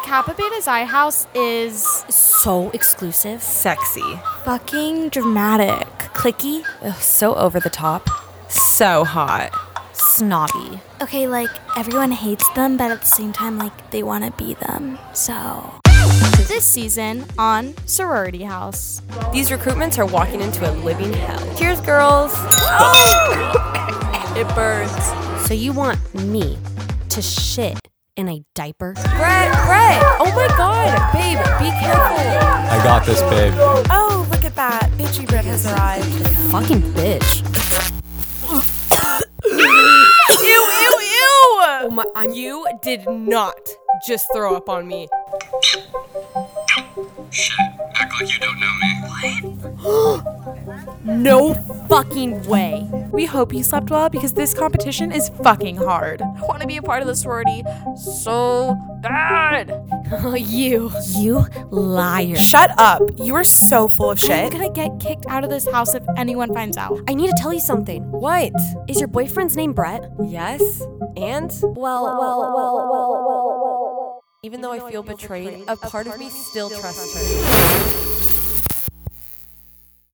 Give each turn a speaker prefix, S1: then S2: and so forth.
S1: Capabetta's Eye House is
S2: so exclusive,
S3: Sexy.
S1: fucking dramatic.
S2: clicky,
S3: Ugh, so over the top. So hot.
S2: snobby.
S4: Okay, like everyone hates them, but at the same time, like they want to be them. So
S1: This season on Sorority House.
S3: These recruitments are walking into a living hell. Cheers, girls. it burns.
S2: So you want me to shit in a diaper?
S3: Brett, Brett. Oh my God, babe, be careful.
S5: I got this, babe.
S6: Oh, look at that. Bitchy bread has arrived.
S2: Fucking bitch.
S3: Ew, ew, ew. Oh my, I'm, you did not just throw up on me.
S7: Act like you don't know me.
S2: No fucking way.
S6: We hope you slept well Uh, because this competition is fucking hard.
S1: Want to be a part of the sorority so bad. you.
S2: You liar.
S6: Shut up. You are so full of shit.
S1: I'm gonna get kicked out of this house if anyone finds out.
S2: I need to tell you something.
S3: What?
S2: Is your boyfriend's name Brett?
S3: Yes? And?
S2: Well, well, well, well, well.
S3: Even though I feel betrayed, a part of me still trusts her.